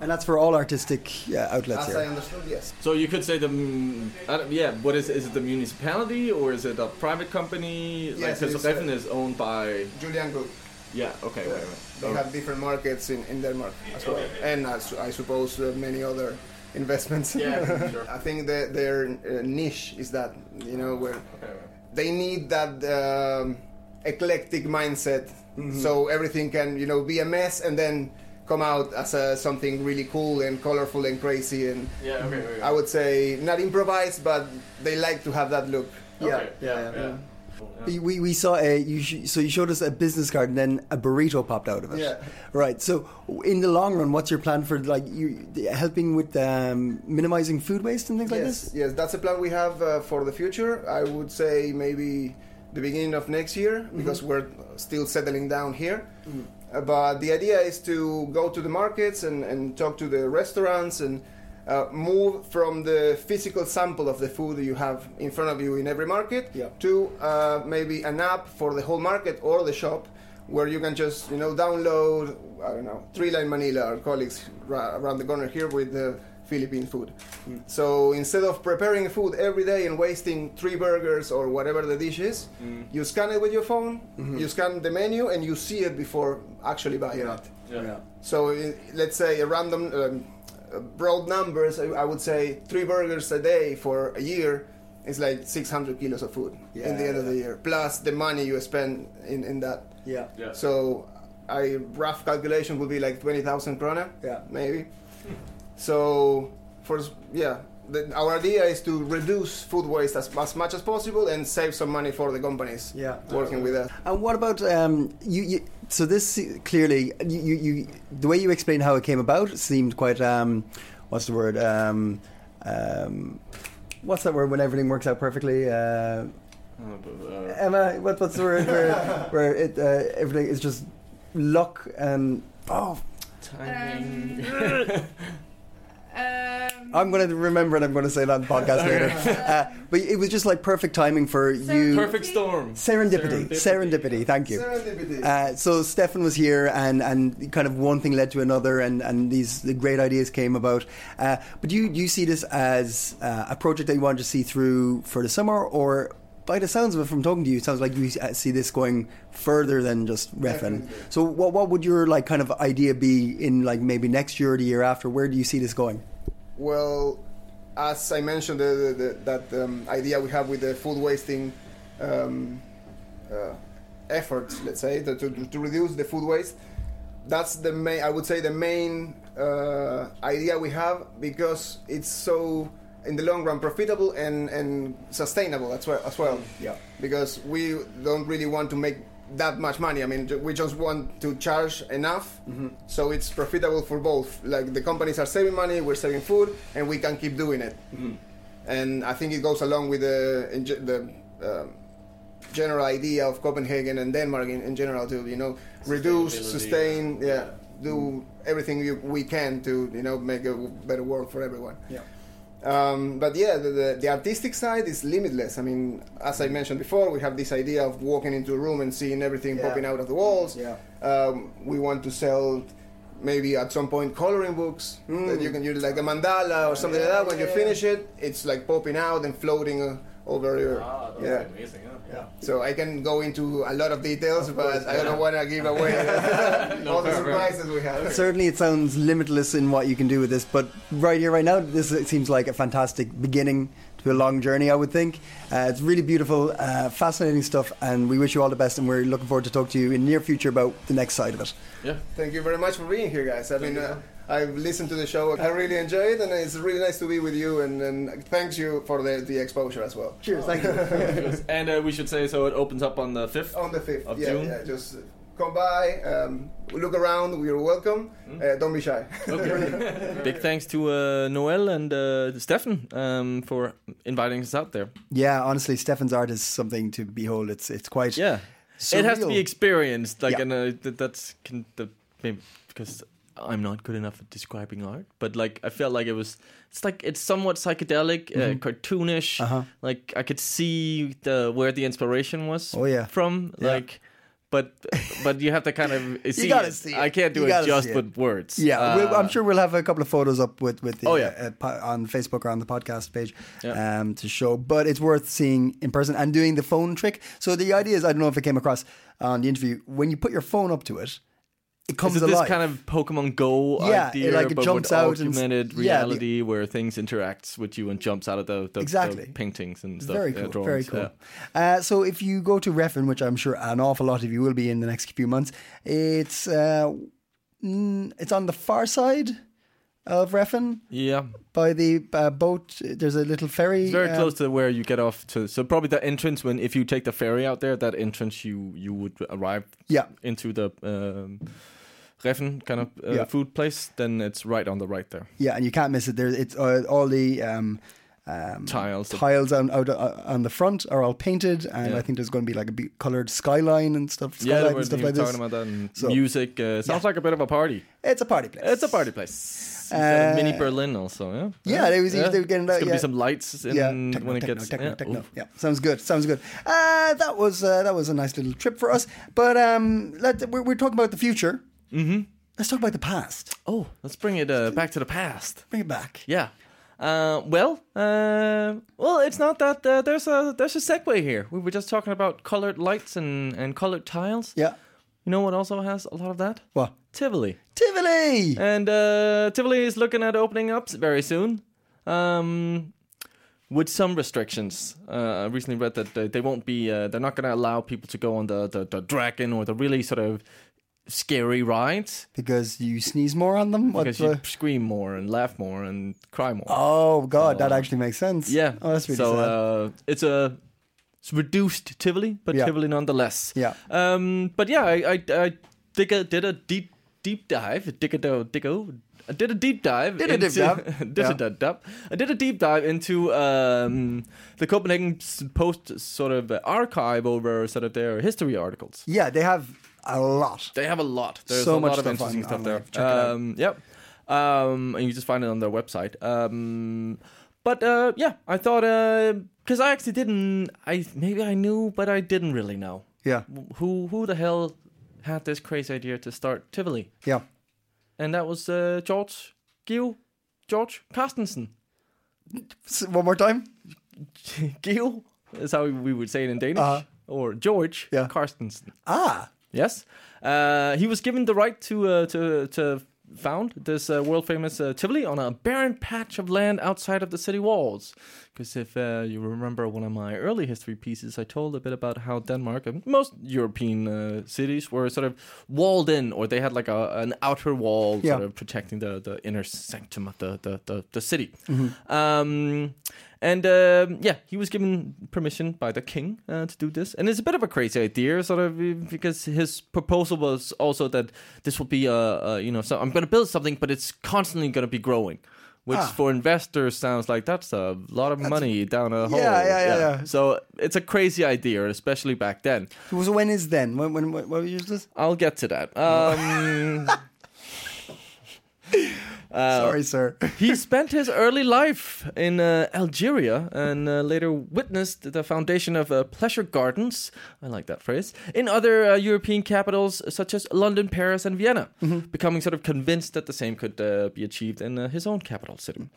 Speaker 1: and that's for all artistic uh, outlets
Speaker 3: As
Speaker 1: here.
Speaker 3: I understood, yes.
Speaker 2: So you could say the mm, I don't- yeah. What is is it the municipality or is it a private company?
Speaker 3: Yes,
Speaker 2: because
Speaker 3: it's,
Speaker 2: Refn is owned by
Speaker 3: Julian Group.
Speaker 2: yeah. Okay, right,
Speaker 3: They
Speaker 2: right.
Speaker 3: have different markets in, in Denmark as well, and as, I suppose uh, many other investments.
Speaker 4: Yeah, sure.
Speaker 3: I think that their uh, niche is that you know where
Speaker 4: Okay,
Speaker 3: they need that um, eclectic mindset,
Speaker 4: Mm-hmm.
Speaker 3: so everything can you know be a mess and then come out as a, something really cool and colorful and crazy and
Speaker 4: yeah, okay, okay.
Speaker 3: I would say not improvised, but they like to have that look.
Speaker 4: Okay,
Speaker 1: yeah, yeah.
Speaker 4: yeah.
Speaker 1: We, we saw a you sh- so you showed us a business card and then a burrito popped out of it.
Speaker 3: Yeah.
Speaker 1: Right. So in the long run, what's your plan for like you helping with um, minimizing food waste and things like
Speaker 3: Yes,
Speaker 1: this?
Speaker 3: yes, that's a plan we have uh, for the future. I would say maybe the beginning of next year
Speaker 1: Mm-hmm.
Speaker 3: because we're still settling down here. Uh, but the idea is to go to the markets and, and talk to the restaurants and uh, move from the physical sample of the food that you have in front of you in every market
Speaker 1: Yeah.
Speaker 3: to uh, maybe an app for the whole market or the shop where you can just you know download I don't know Three Line Manila our colleagues ra- around the corner here with the Philippine food. So instead of preparing food every day and wasting three burgers or whatever the dish is, you scan it with your phone, you scan the menu, and you see it before actually buying it.
Speaker 4: Yeah.
Speaker 3: So i- let's say a random um, uh, broad numbers. I, I would say three burgers a day for a year is like 600 kilos of food in the end of the year, plus the money you spend in, in that.
Speaker 1: Yeah.
Speaker 4: Yeah.
Speaker 3: So I rough calculation would be like 20,000 krona,
Speaker 1: Yeah.
Speaker 3: maybe. So for s- yeah, the, our idea is to reduce food waste as, as much as possible and save some money for the companies
Speaker 1: Yeah.
Speaker 3: working with us.
Speaker 1: And what about um, you, you? So this clearly, you, you, you, the way you explained how it came about seemed quite. Um, what's the word? Um, um, what's that word when everything works out perfectly? Uh,
Speaker 2: Uh, but, uh,
Speaker 1: Emma, what, what's the word where, where it, uh, everything is just luck and oh,
Speaker 2: timing.
Speaker 5: Um,
Speaker 1: I'm going to remember and I'm going to say that on podcast later. Uh, but it was just like perfect timing for you.
Speaker 2: Perfect storm.
Speaker 1: Serendipity. Serendipity. Thank you.
Speaker 3: Serendipity.
Speaker 1: Uh, so Stefan was here, and, and kind of one thing led to another, and, and these the great ideas came about. Uh, but you you see this as uh, a project that you wanted to see through for the summer, or by the sounds of it from talking to you, it sounds like you uh, see this going further than just Refin. So what what would your like kind of idea be in like maybe next year or the year after? Where do you see this going?
Speaker 3: Well, as I mentioned, the, the, the, that um, idea we have with the food wasting um, uh, efforts, let's say, to, to, to reduce the food waste, that's the main, I would say, the main uh, idea we have because it's so, in the long run, profitable and, and sustainable as well. As well.
Speaker 1: Yeah.
Speaker 3: Because we don't really want to make that much money. I mean, ju- we just want to charge enough so it's profitable for both. Like the companies are saving money, we're saving food, and we can keep doing it. And I think it goes along with the in ge- the um, general idea of Copenhagen and Denmark in, in general too. You know, reduce,
Speaker 4: Sustainability.
Speaker 3: sustain, yeah, do everything you, we can to you know make a better world for everyone.
Speaker 1: Yeah.
Speaker 3: Um, but yeah, the, the, the artistic side is limitless. I mean, as I mentioned before, we have this idea of walking into a room and seeing everything
Speaker 1: Yeah.
Speaker 3: popping out of the walls.
Speaker 1: Yeah.
Speaker 3: Um, we want to sell maybe at some point coloring books
Speaker 1: Hmm.
Speaker 3: that you can use, like a mandala or something like that. When you finish it, it's like popping out and floating uh, over your.
Speaker 4: Ah, that's
Speaker 3: yeah.
Speaker 4: amazing. Huh?
Speaker 3: So I can go into a lot of details, but I don't want to give away all the
Speaker 4: fair, fair.
Speaker 3: surprises we have.
Speaker 1: Certainly, it sounds limitless in what you can do with this, but right here, right now, this seems like a fantastic beginning to a long journey, I would think. Uh, it's really beautiful, uh, fascinating stuff, and we wish you all the best, and we're looking forward to talk to you in near future about the next side of it.
Speaker 2: Yeah.
Speaker 3: Thank you very much for being here, guys. I mean, uh, I've listened to the show. I really enjoy it, and it's really nice to be with you. And, and thanks you for the, the exposure as well.
Speaker 1: Cheers, thank you.
Speaker 2: and uh, we should say so. It opens up on the fifth.
Speaker 3: On the fifth,
Speaker 2: Of
Speaker 3: yeah,
Speaker 2: June?
Speaker 3: yeah, just come by, um, look around. You're welcome. Uh, don't be shy.
Speaker 2: Mm-hmm. Okay. Big thanks to uh, Noel and uh, Stefan um, for inviting us out there.
Speaker 1: yeah, honestly, Stefan's art is something to behold. It's it's quite.
Speaker 2: Yeah, it has to be
Speaker 1: surreal.
Speaker 2: experienced. Like,
Speaker 1: Yeah.
Speaker 2: and uh, th- that's can the maybe because I'm not good enough at describing art, but like I felt like it was. It's like it's somewhat psychedelic, uh, cartoonish.
Speaker 1: Mm-hmm. Uh-huh.
Speaker 2: Like I could see the where the inspiration was.
Speaker 1: Oh, yeah.
Speaker 2: from
Speaker 1: Yeah.
Speaker 2: like. But but you have to kind of see,
Speaker 1: gotta
Speaker 2: it.
Speaker 1: see
Speaker 2: I
Speaker 1: it.
Speaker 2: can't do
Speaker 1: You
Speaker 2: it
Speaker 1: gotta
Speaker 2: just
Speaker 1: see it.
Speaker 2: with words.
Speaker 1: Yeah, we'll, I'm
Speaker 2: Uh,
Speaker 1: sure we'll have a couple of photos up with with the,
Speaker 2: Oh, yeah.
Speaker 1: uh, uh, po- on Facebook or on the podcast page
Speaker 2: Yeah.
Speaker 1: um, to show. But it's worth seeing in person and doing the phone trick. So the idea is, I don't know if it came across on the interview when you put your phone up to it. it comes
Speaker 2: Is it
Speaker 1: alive.
Speaker 2: this kind of Pokemon Go
Speaker 1: Yeah, it,
Speaker 2: idea,
Speaker 1: like, it
Speaker 2: but
Speaker 1: jumps
Speaker 2: with
Speaker 1: out and s-
Speaker 2: augmented
Speaker 1: yeah, the-
Speaker 2: reality where things interacts with you and jumps out of the, the- the
Speaker 1: Exactly.
Speaker 2: paintings and stuff?
Speaker 1: very
Speaker 2: yeah,
Speaker 1: cool,
Speaker 2: uh, drawings,
Speaker 1: very cool.
Speaker 2: yeah.
Speaker 1: Uh, so if you go to Refin, which I'm sure an awful lot of you will be in the next few months, it's uh, mm, it's on the far side of Refin
Speaker 2: Yeah,
Speaker 1: by the uh, boat. There's a little ferry.
Speaker 2: it's very
Speaker 1: um,
Speaker 2: close to where you get off to. So probably that entrance when if you take the ferry out there, that entrance you you would arrive
Speaker 1: Yeah,
Speaker 2: into the um, Reffen kind of uh,
Speaker 1: Yeah.
Speaker 2: food place. Then it's right on the right there.
Speaker 1: yeah, and you can't miss it. There, it's uh, all the. Um, um,
Speaker 2: Tiles.
Speaker 1: tiles on out, uh, on the front are all painted, and
Speaker 2: Yeah.
Speaker 1: I think there's going to be like a be- colored skyline and stuff.
Speaker 2: yeah,
Speaker 1: Skyline
Speaker 2: they were
Speaker 1: and stuff
Speaker 2: you were
Speaker 1: like this.
Speaker 2: talking about that. And
Speaker 1: So-
Speaker 2: music uh, sounds like a bit of a party.
Speaker 1: It's a party place.
Speaker 2: It's a party place. It's a
Speaker 1: Uh,
Speaker 2: mini Berlin also, yeah.
Speaker 1: yeah, they was- they were getting that,
Speaker 2: There's gonna be
Speaker 1: yeah.
Speaker 2: some lights in
Speaker 1: techno,
Speaker 2: when it
Speaker 1: techno,
Speaker 2: gets
Speaker 1: techno,
Speaker 2: yeah,
Speaker 1: techno.
Speaker 2: oof.
Speaker 1: Yeah, sounds good. Sounds good. Uh, that was uh, that was a nice little trip for us. But um, let we're, we're talking about the future. Mm-hmm. Let's talk about the past.
Speaker 2: Oh, let's bring it uh, back to the past.
Speaker 1: Bring it back.
Speaker 2: Yeah. Uh, well, uh, well, it's not that uh, there's a there's a segue here. We were just talking about colored lights and and colored tiles.
Speaker 1: Yeah.
Speaker 2: You know what also has a lot of that?
Speaker 1: What?
Speaker 2: Tivoli.
Speaker 1: Tivoli.
Speaker 2: And uh, Tivoli is looking at opening up very soon, um, with some restrictions. Uh, I recently read that they, they won't be, uh, they're not going to allow people to go on the, the the dragon or the really sort of scary rides
Speaker 1: because you sneeze more on them. What
Speaker 2: because
Speaker 1: the?
Speaker 2: you scream more and laugh more and cry more.
Speaker 1: Oh God, that actually makes sense.
Speaker 2: yeah.
Speaker 1: Oh, that's really
Speaker 2: so
Speaker 1: sad.
Speaker 2: Uh, it's a it's reduced Tivoli, but
Speaker 1: Yeah.
Speaker 2: Tivoli nonetheless.
Speaker 1: Yeah.
Speaker 2: Um, but yeah, I I, I dig a, did a deep deep dive. Dig a do, dig a, I did a deep dive.
Speaker 1: Did a deep dive.
Speaker 2: did a deep dive. I did a deep dive into um, the Copenhagen s- Post sort of archive over sort of their history articles.
Speaker 1: yeah, they have a lot.
Speaker 2: They have a lot. There's
Speaker 1: So
Speaker 2: a
Speaker 1: much
Speaker 2: lot of
Speaker 1: stuff
Speaker 2: interesting
Speaker 1: on-
Speaker 2: stuff there.
Speaker 1: online. Check it out.
Speaker 2: um, Yep. Um, and you just find it on their website. Um, but uh, yeah, I thought because I actually didn't. I maybe I knew, but I didn't really know
Speaker 1: Yeah.
Speaker 2: who who the hell had this crazy idea to start Tivoli,
Speaker 1: Yeah.
Speaker 2: and that was uh, George Gil George Carstensen.
Speaker 1: S- one more time.
Speaker 2: Gil is how we would say it in Danish,
Speaker 1: Uh-huh.
Speaker 2: or George
Speaker 1: Yeah.
Speaker 2: Carstensen.
Speaker 1: Ah.
Speaker 2: Yes, uh, he was given the right to uh, to to found this uh, world famous uh, Tivoli on a barren patch of land outside of the city walls. Because if uh, you remember one of my early history pieces, I told a bit about how Denmark and most European uh, cities were sort of walled in, or they had like a, an outer wall sort
Speaker 1: Yeah.
Speaker 2: of protecting the, the inner sanctum of the the, the, the city.
Speaker 1: Mm-hmm.
Speaker 2: Um, and um, yeah, he was given permission by the king uh, to do this, and it's a bit of a crazy idea, sort of uh, because his proposal was also that this will be a, a you know so I'm going to build something, but it's constantly going to be growing. Which
Speaker 1: Ah.
Speaker 2: for investors sounds like that's a lot of money down a hole.
Speaker 1: yeah, yeah, yeah.
Speaker 2: So it's a crazy idea, especially back then.
Speaker 1: So when is then? When? When? When? when was this?
Speaker 2: I'll get to that. Um,
Speaker 1: Mm.
Speaker 2: Uh,
Speaker 1: Sorry, sir.
Speaker 2: he spent his early life in uh, Algeria and uh, later witnessed the foundation of uh, pleasure gardens, I like that phrase, in other uh, European capitals such as London, Paris, and Vienna, becoming sort of convinced that the same could uh, be achieved in uh, his own capital city.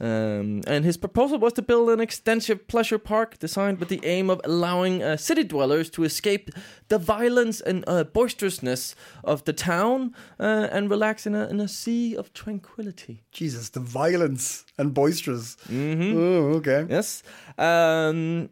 Speaker 2: Um, and his proposal was to build an extensive pleasure park designed with the aim of allowing uh, city dwellers to escape the violence and uh, boisterousness of the town uh, and relax in a, in a sea of tranquility.
Speaker 1: Jesus, the violence and boisterous. Mm-hmm. Oh, okay.
Speaker 2: Yes. Um,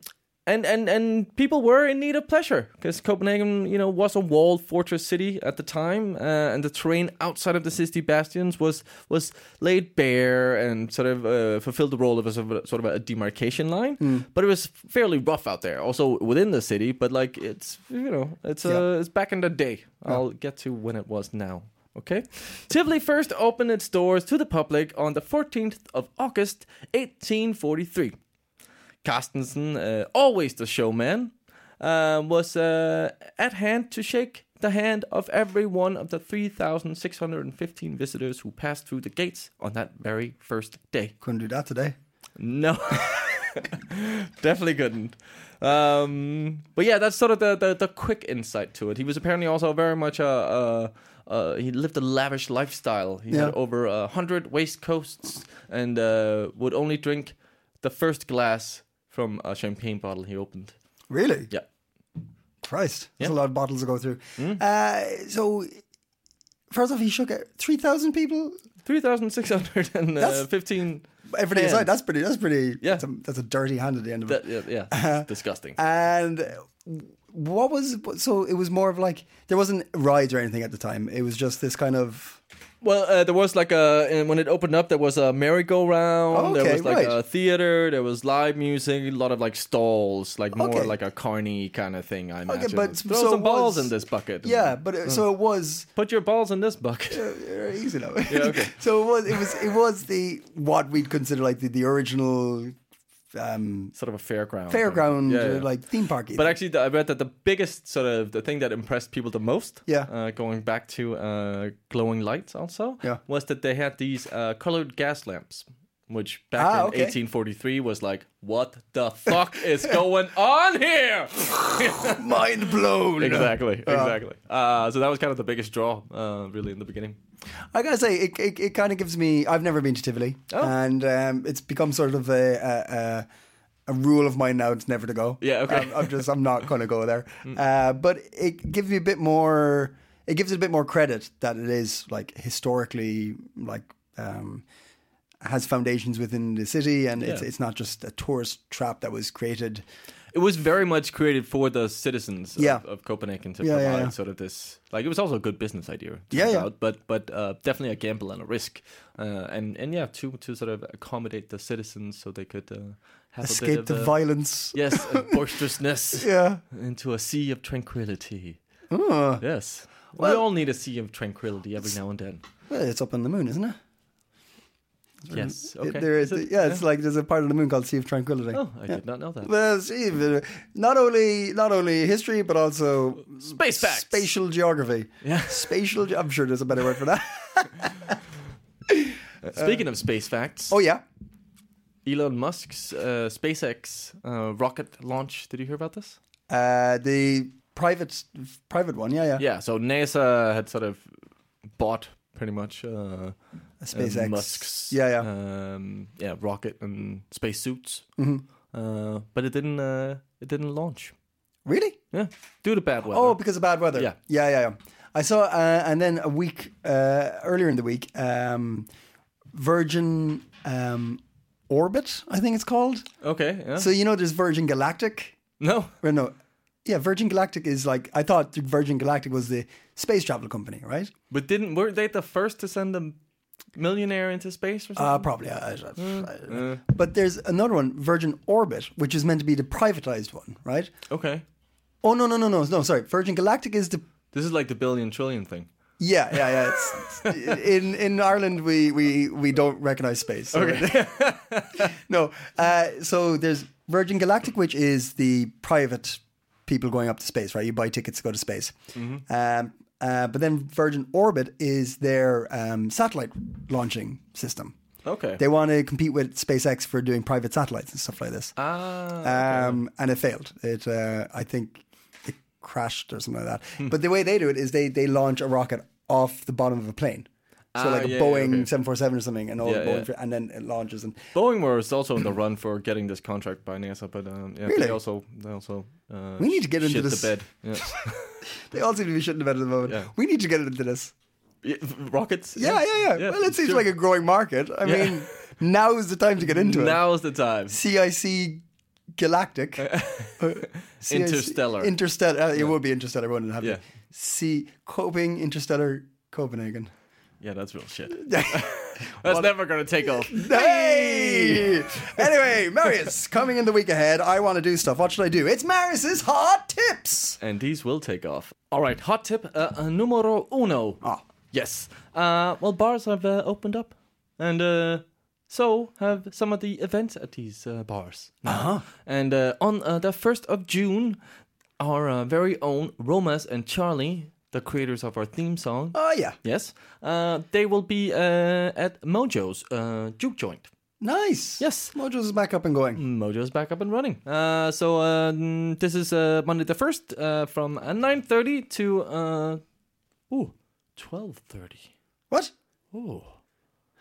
Speaker 2: and, and, and people were in need of pleasure because Copenhagen, you know, was a walled fortress city at the time, uh, and the terrain outside of the city bastions was was laid bare and sort of uh, fulfilled the role of a sort of a, sort of a demarcation line. But it was fairly rough out there, also within the city. But like it's you know it's uh, it's back in the day. I'll get to when it was now. Okay. Tivoli first opened its doors to the public on the 14th of August, 1843. Carstensen, uh, always the showman, uh, was uh, at hand to shake the hand of every one of the 3,615 visitors who passed through the gates on that very first day.
Speaker 1: Couldn't do that today.
Speaker 2: No, definitely couldn't. Um, but yeah, that's sort of the, the the quick insight to it. He was apparently also very much a. a uh, he lived a lavish lifestyle. He had
Speaker 1: Yeah.
Speaker 2: over a hundred waistcoats and uh, would only drink the first glass from a champagne bottle he opened.
Speaker 1: Really?
Speaker 2: Yeah.
Speaker 1: Christ. There's
Speaker 2: Yeah. Mm-hmm.
Speaker 1: a lot of bottles to go through. Uh, so first off, he shook out 3,000 people
Speaker 2: uh, 3,615.
Speaker 1: every day
Speaker 2: Yeah.
Speaker 1: aside. That's pretty, that's pretty,
Speaker 2: Yeah.
Speaker 1: that's, a, that's a dirty hand at the end of it.
Speaker 2: That, yeah, yeah. it's disgusting.
Speaker 1: And what was so? It was more of like there wasn't rides or anything at the time. It was just this kind of
Speaker 2: Well, uh, there was like a and when it opened up, there was a merry-go-round.
Speaker 1: Oh,
Speaker 2: there
Speaker 1: okay,
Speaker 2: was like
Speaker 1: right.
Speaker 2: a theater. There was live music, a lot of like stalls, like more
Speaker 1: Okay.
Speaker 2: like a carny kind of thing. I imagine.
Speaker 1: but
Speaker 2: throw
Speaker 1: so
Speaker 2: some
Speaker 1: it
Speaker 2: balls
Speaker 1: was-
Speaker 2: in this bucket.
Speaker 1: yeah. But
Speaker 2: Hmm.
Speaker 1: it, so it was
Speaker 2: put your balls in this bucket.
Speaker 1: uh, easy now.
Speaker 2: okay.
Speaker 1: so it was it was it was the what we'd consider like the, the original um,
Speaker 2: sort of a fairground. thing.
Speaker 1: fairground
Speaker 2: Yeah, yeah.
Speaker 1: Uh, like theme park.
Speaker 2: But actually, the- I read that the biggest sort of the thing that impressed people the most,
Speaker 1: Yeah.
Speaker 2: uh, going back to uh, glowing lights also,
Speaker 1: Yeah.
Speaker 2: was that they had these uh, colored gas lamps, which back
Speaker 1: Ah,
Speaker 2: in
Speaker 1: okay.
Speaker 2: 1843 was like, what the fuck is going on here?
Speaker 1: mind blown.
Speaker 2: exactly,
Speaker 1: Uh-huh.
Speaker 2: exactly. Uh, so that was kind of the biggest draw, uh, really, in the beginning.
Speaker 1: I gotta say, it, it, it kind of gives me. I've never been to Tivoli,
Speaker 2: Oh.
Speaker 1: and um, it's become sort of a, a, a a rule of mine now. It's never to go.
Speaker 2: Yeah, okay. Hmm.
Speaker 1: I'm, I'm just I'm not gonna go there. Uh, but it gives me a bit more. It gives it a bit more credit that it is like historically like. Um, has foundations within the city, and it's
Speaker 2: Yeah.
Speaker 1: it's not just a tourist trap that was created.
Speaker 2: It was very much created for the citizens of-
Speaker 1: Yeah.
Speaker 2: of, Copenhagen to
Speaker 1: Yeah, yeah,
Speaker 2: provide
Speaker 1: yeah.
Speaker 2: sort of this. Like it was also a good business idea, turns
Speaker 1: Yeah, yeah.
Speaker 2: out, but but uh, definitely a gamble and a risk, uh, and and yeah, to to sort of accommodate the citizens so they could uh, have a
Speaker 1: Escape
Speaker 2: bit
Speaker 1: the
Speaker 2: of uh,
Speaker 1: violence.
Speaker 2: yes, and boisterousness
Speaker 1: Yeah.
Speaker 2: into a sea of tranquility.
Speaker 1: Oh,
Speaker 2: Yes, we all need a sea of tranquility every now and then.
Speaker 1: well, it's up on the moon, isn't it?
Speaker 2: Yes,
Speaker 1: It-
Speaker 2: okay.
Speaker 1: there is,
Speaker 2: it?
Speaker 1: yeah, it's like there's a part of the moon called Sea of Tranquility.
Speaker 2: Oh, I did not know that.
Speaker 1: Well, see, the- not only not only history, but also
Speaker 2: Space facts.
Speaker 1: spatial geography.
Speaker 2: Yeah.
Speaker 1: spatial. ge- I'm sure there's a better word for that. uh,
Speaker 2: Speaking of space facts,
Speaker 1: Oh yeah,
Speaker 2: Elon Musk's uh, SpaceX uh, rocket launch. Did you hear about this?
Speaker 1: uh, the private private one. Yeah, yeah.
Speaker 2: Yeah, so NASA had sort of bought pretty much uh,
Speaker 1: SpaceX.
Speaker 2: uh, Musk's
Speaker 1: Yeah, yeah. Mm-hmm.
Speaker 2: um, yeah rocket and spacesuits. Uh, but it didn't uh, it didn't launch.
Speaker 1: Really?
Speaker 2: Yeah, due to bad weather.
Speaker 1: Oh, because of bad weather.
Speaker 2: Yeah.
Speaker 1: yeah, yeah. yeah. I saw, uh, and then a week uh, earlier in the week, um, Virgin um, Orbit, I think it's called.
Speaker 2: okay. Yeah.
Speaker 1: So you know, there's Virgin Galactic.
Speaker 2: no.
Speaker 1: Well, no. Yeah, Virgin Galactic is like I thought. Virgin Galactic was the space travel company, right?
Speaker 2: But didn't weren't they the first to send a millionaire into space or something?
Speaker 1: Uh, probably. I, I, I- But there's another one, Virgin Orbit, which is meant to be the privatized one, right?
Speaker 2: okay.
Speaker 1: Oh no, no, no, no, no. Sorry, Virgin Galactic is the
Speaker 2: This is like the billion trillion thing.
Speaker 1: yeah, yeah, yeah. It's, it's- in in Ireland, we we we don't recognize space. okay. no. Uh, so there's Virgin Galactic, which is the private people going up to space, right? You buy tickets to go to space. Um, uh, but then Virgin Orbit is their um, satellite launching system.
Speaker 2: Okay.
Speaker 1: They want to compete with SpaceX for doing private satellites and stuff like this.
Speaker 2: ah.
Speaker 1: Um, and it failed. It, uh, I think, it crashed or something like
Speaker 2: Hmm.
Speaker 1: that. But the way they do it is they they launch a rocket off the bottom of a plane, so
Speaker 2: Ah,
Speaker 1: like a
Speaker 2: yeah,
Speaker 1: Boeing
Speaker 2: okay.
Speaker 1: seven four seven or something, and all
Speaker 2: Yeah,
Speaker 1: Boeing,
Speaker 2: yeah.
Speaker 1: and then it launches. And
Speaker 2: Boeing was also in the run for getting this contract by NASA, but um, yeah, they
Speaker 1: Really?
Speaker 2: also they also uh,
Speaker 1: We need to get into
Speaker 2: shit
Speaker 1: this.
Speaker 2: the bed. Yeah.
Speaker 1: they all seem to be shitting about it at the moment.
Speaker 2: Yeah.
Speaker 1: We need to get into this.
Speaker 2: Yeah, rockets.
Speaker 1: Yeah, yeah, yeah. well, it seems
Speaker 2: sure.
Speaker 1: like a growing market. I
Speaker 2: Yeah.
Speaker 1: mean, now is the time to get into it.
Speaker 2: Now's the time.
Speaker 1: CIC Galactic. Uh, CIC
Speaker 2: Interstellar.
Speaker 1: Interstellar. uh, It would be Interstellar, wouldn't it? Have
Speaker 2: Yeah.
Speaker 1: yeah. C. Coping Interstellar Copenhagen.
Speaker 2: Yeah, that's real shit. That's never gonna take off.
Speaker 1: Hey! anyway, Marius, coming in the week ahead, I want to do stuff. What should I do? It's Marius's Hot Tips!
Speaker 2: And these will take off. All right, hot tip uh, uh, numero uno.
Speaker 1: Ah.
Speaker 2: Yes. Uh, well, bars have uh, opened up, and uh, so have some of the events at these uh, bars. Uh-huh. And uh, on uh, the first of June, our uh, very own Romas and Charlie, the creators of our theme song,
Speaker 1: Oh, yeah.
Speaker 2: yes, uh, they will be uh, at Mojo's uh, juke joint.
Speaker 1: Nice.
Speaker 2: Yes. Mm.
Speaker 1: Mojo's is back up and going.
Speaker 2: Mojo's back up and running. Uh, so uh, mm, this is uh, Monday the first uh, from uh, nine thirty to uh, ooh twelve thirty.
Speaker 1: What?
Speaker 2: Ooh,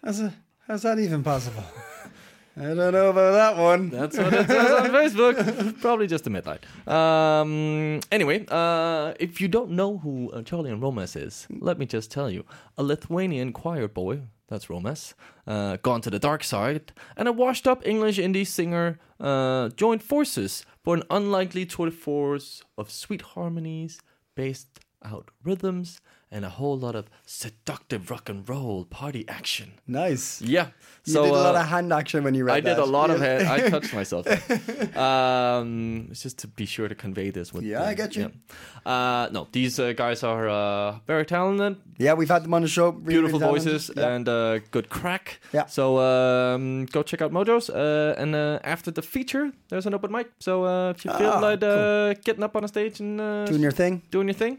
Speaker 1: How's, a, how's that even possible? I don't know about that one.
Speaker 2: That's what it says on Facebook. Probably just a midnight. Um, anyway, uh, if you don't know who uh, Charlie and Romas is, let me just tell you. A Lithuanian choir boy, that's Romas, uh, gone to the dark side, and a washed up English indie singer uh, joined forces for an unlikely tour de force of sweet harmonies, based out rhythms, and a whole lot of seductive rock and roll party action.
Speaker 1: Nice.
Speaker 2: Yeah.
Speaker 1: You
Speaker 2: so,
Speaker 1: did a lot
Speaker 2: uh,
Speaker 1: of hand action when you read
Speaker 2: I did
Speaker 1: that.
Speaker 2: a lot of
Speaker 1: Yeah.
Speaker 2: it. I touched myself. there. um, it's just to be sure to convey this. With
Speaker 1: Yeah, I get you.
Speaker 2: yeah. Uh, no, these uh, guys are uh, very talented,
Speaker 1: Yeah, we've had them on the show. Really,
Speaker 2: beautiful
Speaker 1: really talented.
Speaker 2: voices,
Speaker 1: Yeah.
Speaker 2: and uh, good crack.
Speaker 1: Yeah.
Speaker 2: So um, go check out Mojo's. Uh, and uh, after the feature, there's an open mic. So uh, if you feel
Speaker 1: Ah,
Speaker 2: like uh, getting up on a stage and uh,
Speaker 1: doing your thing.
Speaker 2: doing your thing,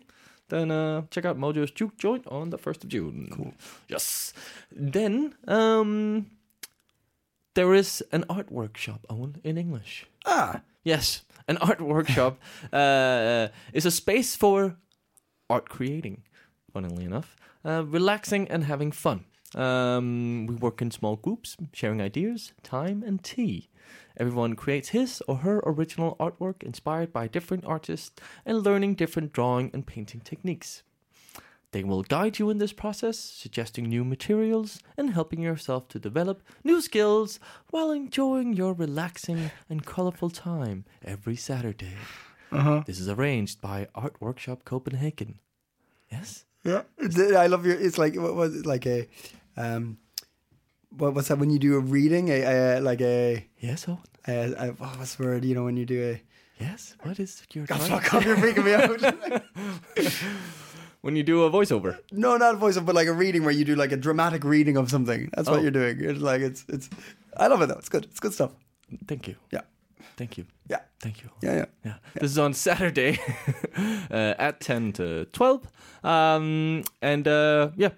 Speaker 2: then uh, check out Mojo's Juke Joint on the 1st of June. Cool. Yes. Then um, there is an art workshop, Owen, in English.
Speaker 1: Ah,
Speaker 2: Yes, an art workshop uh, is a space for art creating, funnily enough, uh, relaxing and having fun. Um, we work in small groups, sharing ideas, time, and tea. Everyone creates his or her original artwork inspired by different artists and learning different drawing and painting techniques. They will guide you in this process, suggesting new materials and helping yourself to develop new skills while enjoying your relaxing and colorful time every Saturday. This is arranged by Art Workshop Copenhagen. Yes?
Speaker 1: yeah. Th- I love your. It's like what was it like a, um, what what's that when you do a reading? A, a like a,
Speaker 2: Yes, Owen?
Speaker 1: a, a oh, what's the word? You know when you do a.
Speaker 2: Yes? What is your
Speaker 1: Oh,
Speaker 2: trying-
Speaker 1: fuck off! You're freaking me out.
Speaker 2: When you do a voiceover.
Speaker 1: No, not a voice, but like a reading where you do like a dramatic reading of something. That's
Speaker 2: Oh.
Speaker 1: what you're doing. It's like it's it's. I love it though. It's good. It's good stuff.
Speaker 2: Thank you.
Speaker 1: Yeah.
Speaker 2: Thank you.
Speaker 1: Yeah.
Speaker 2: Thank you.
Speaker 1: Yeah. Yeah.
Speaker 2: Yeah. This is on Saturday uh, at 10 to 12. Um, and uh, yeah,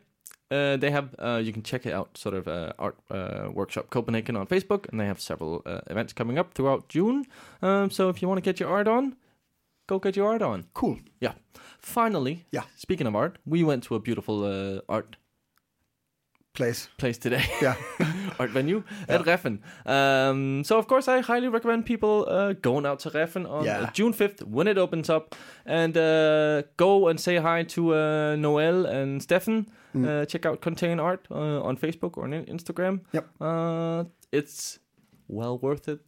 Speaker 2: uh, they have, uh, you can check it out, sort of uh, Art uh, Workshop Copenhagen on Facebook, and they have several uh, events coming up throughout June. Um, so if you want to get your art on, go get your art on.
Speaker 1: Cool.
Speaker 2: Yeah. Finally,
Speaker 1: Yeah.
Speaker 2: speaking of art, we went to a beautiful uh, art
Speaker 1: Place.
Speaker 2: place today.
Speaker 1: Yeah.
Speaker 2: art venue at Reffen. Um, so, of course, I highly recommend people uh, going out to Reffen on
Speaker 1: Yeah.
Speaker 2: uh, June 5th when it opens up and uh, go and say hi to uh, Noel and Stefan.
Speaker 1: Mm.
Speaker 2: Uh, check out Contain Art uh, on Facebook or on In- Instagram.
Speaker 1: Yep.
Speaker 2: Uh, it's well worth it,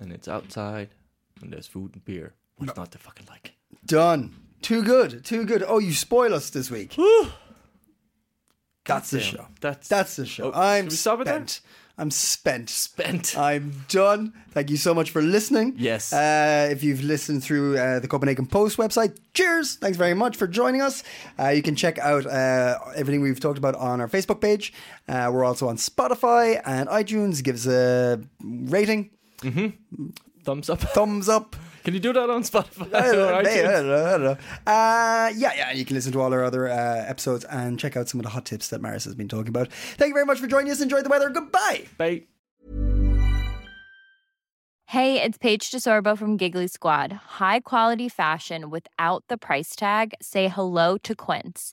Speaker 2: and it's outside, and there's food and beer. What's not to fucking like?
Speaker 1: Done. Too good. Too good. Oh, you spoil us this week. That's the
Speaker 2: Damn,
Speaker 1: show.
Speaker 2: That's
Speaker 1: That's the show.
Speaker 2: Oh,
Speaker 1: I'm
Speaker 2: should we stop it there?
Speaker 1: spent. I'm spent.
Speaker 2: spent.
Speaker 1: I'm done. Thank you so much for listening.
Speaker 2: Yes.
Speaker 1: Uh, if you've listened through uh, the Copenhagen Post website, cheers. Thanks very much for joining us. Uh, you can check out uh, everything we've talked about on our Facebook page. Uh, we're also on Spotify and iTunes. Give us a rating,
Speaker 2: Thumbs up.
Speaker 1: thumbs up.
Speaker 2: Can you do that on Spotify?
Speaker 1: I
Speaker 2: or
Speaker 1: don't know,
Speaker 2: iTunes?
Speaker 1: I don't know, I don't know. Uh, yeah, yeah. You can listen to all our other uh, episodes and check out some of the hot tips that Maris has been talking about. Thank you very much for joining us. Enjoy the weather. Goodbye.
Speaker 2: Bye.
Speaker 4: Hey, it's Paige DeSorbo from Giggly Squad. High quality fashion without the price tag. Say hello to Quince.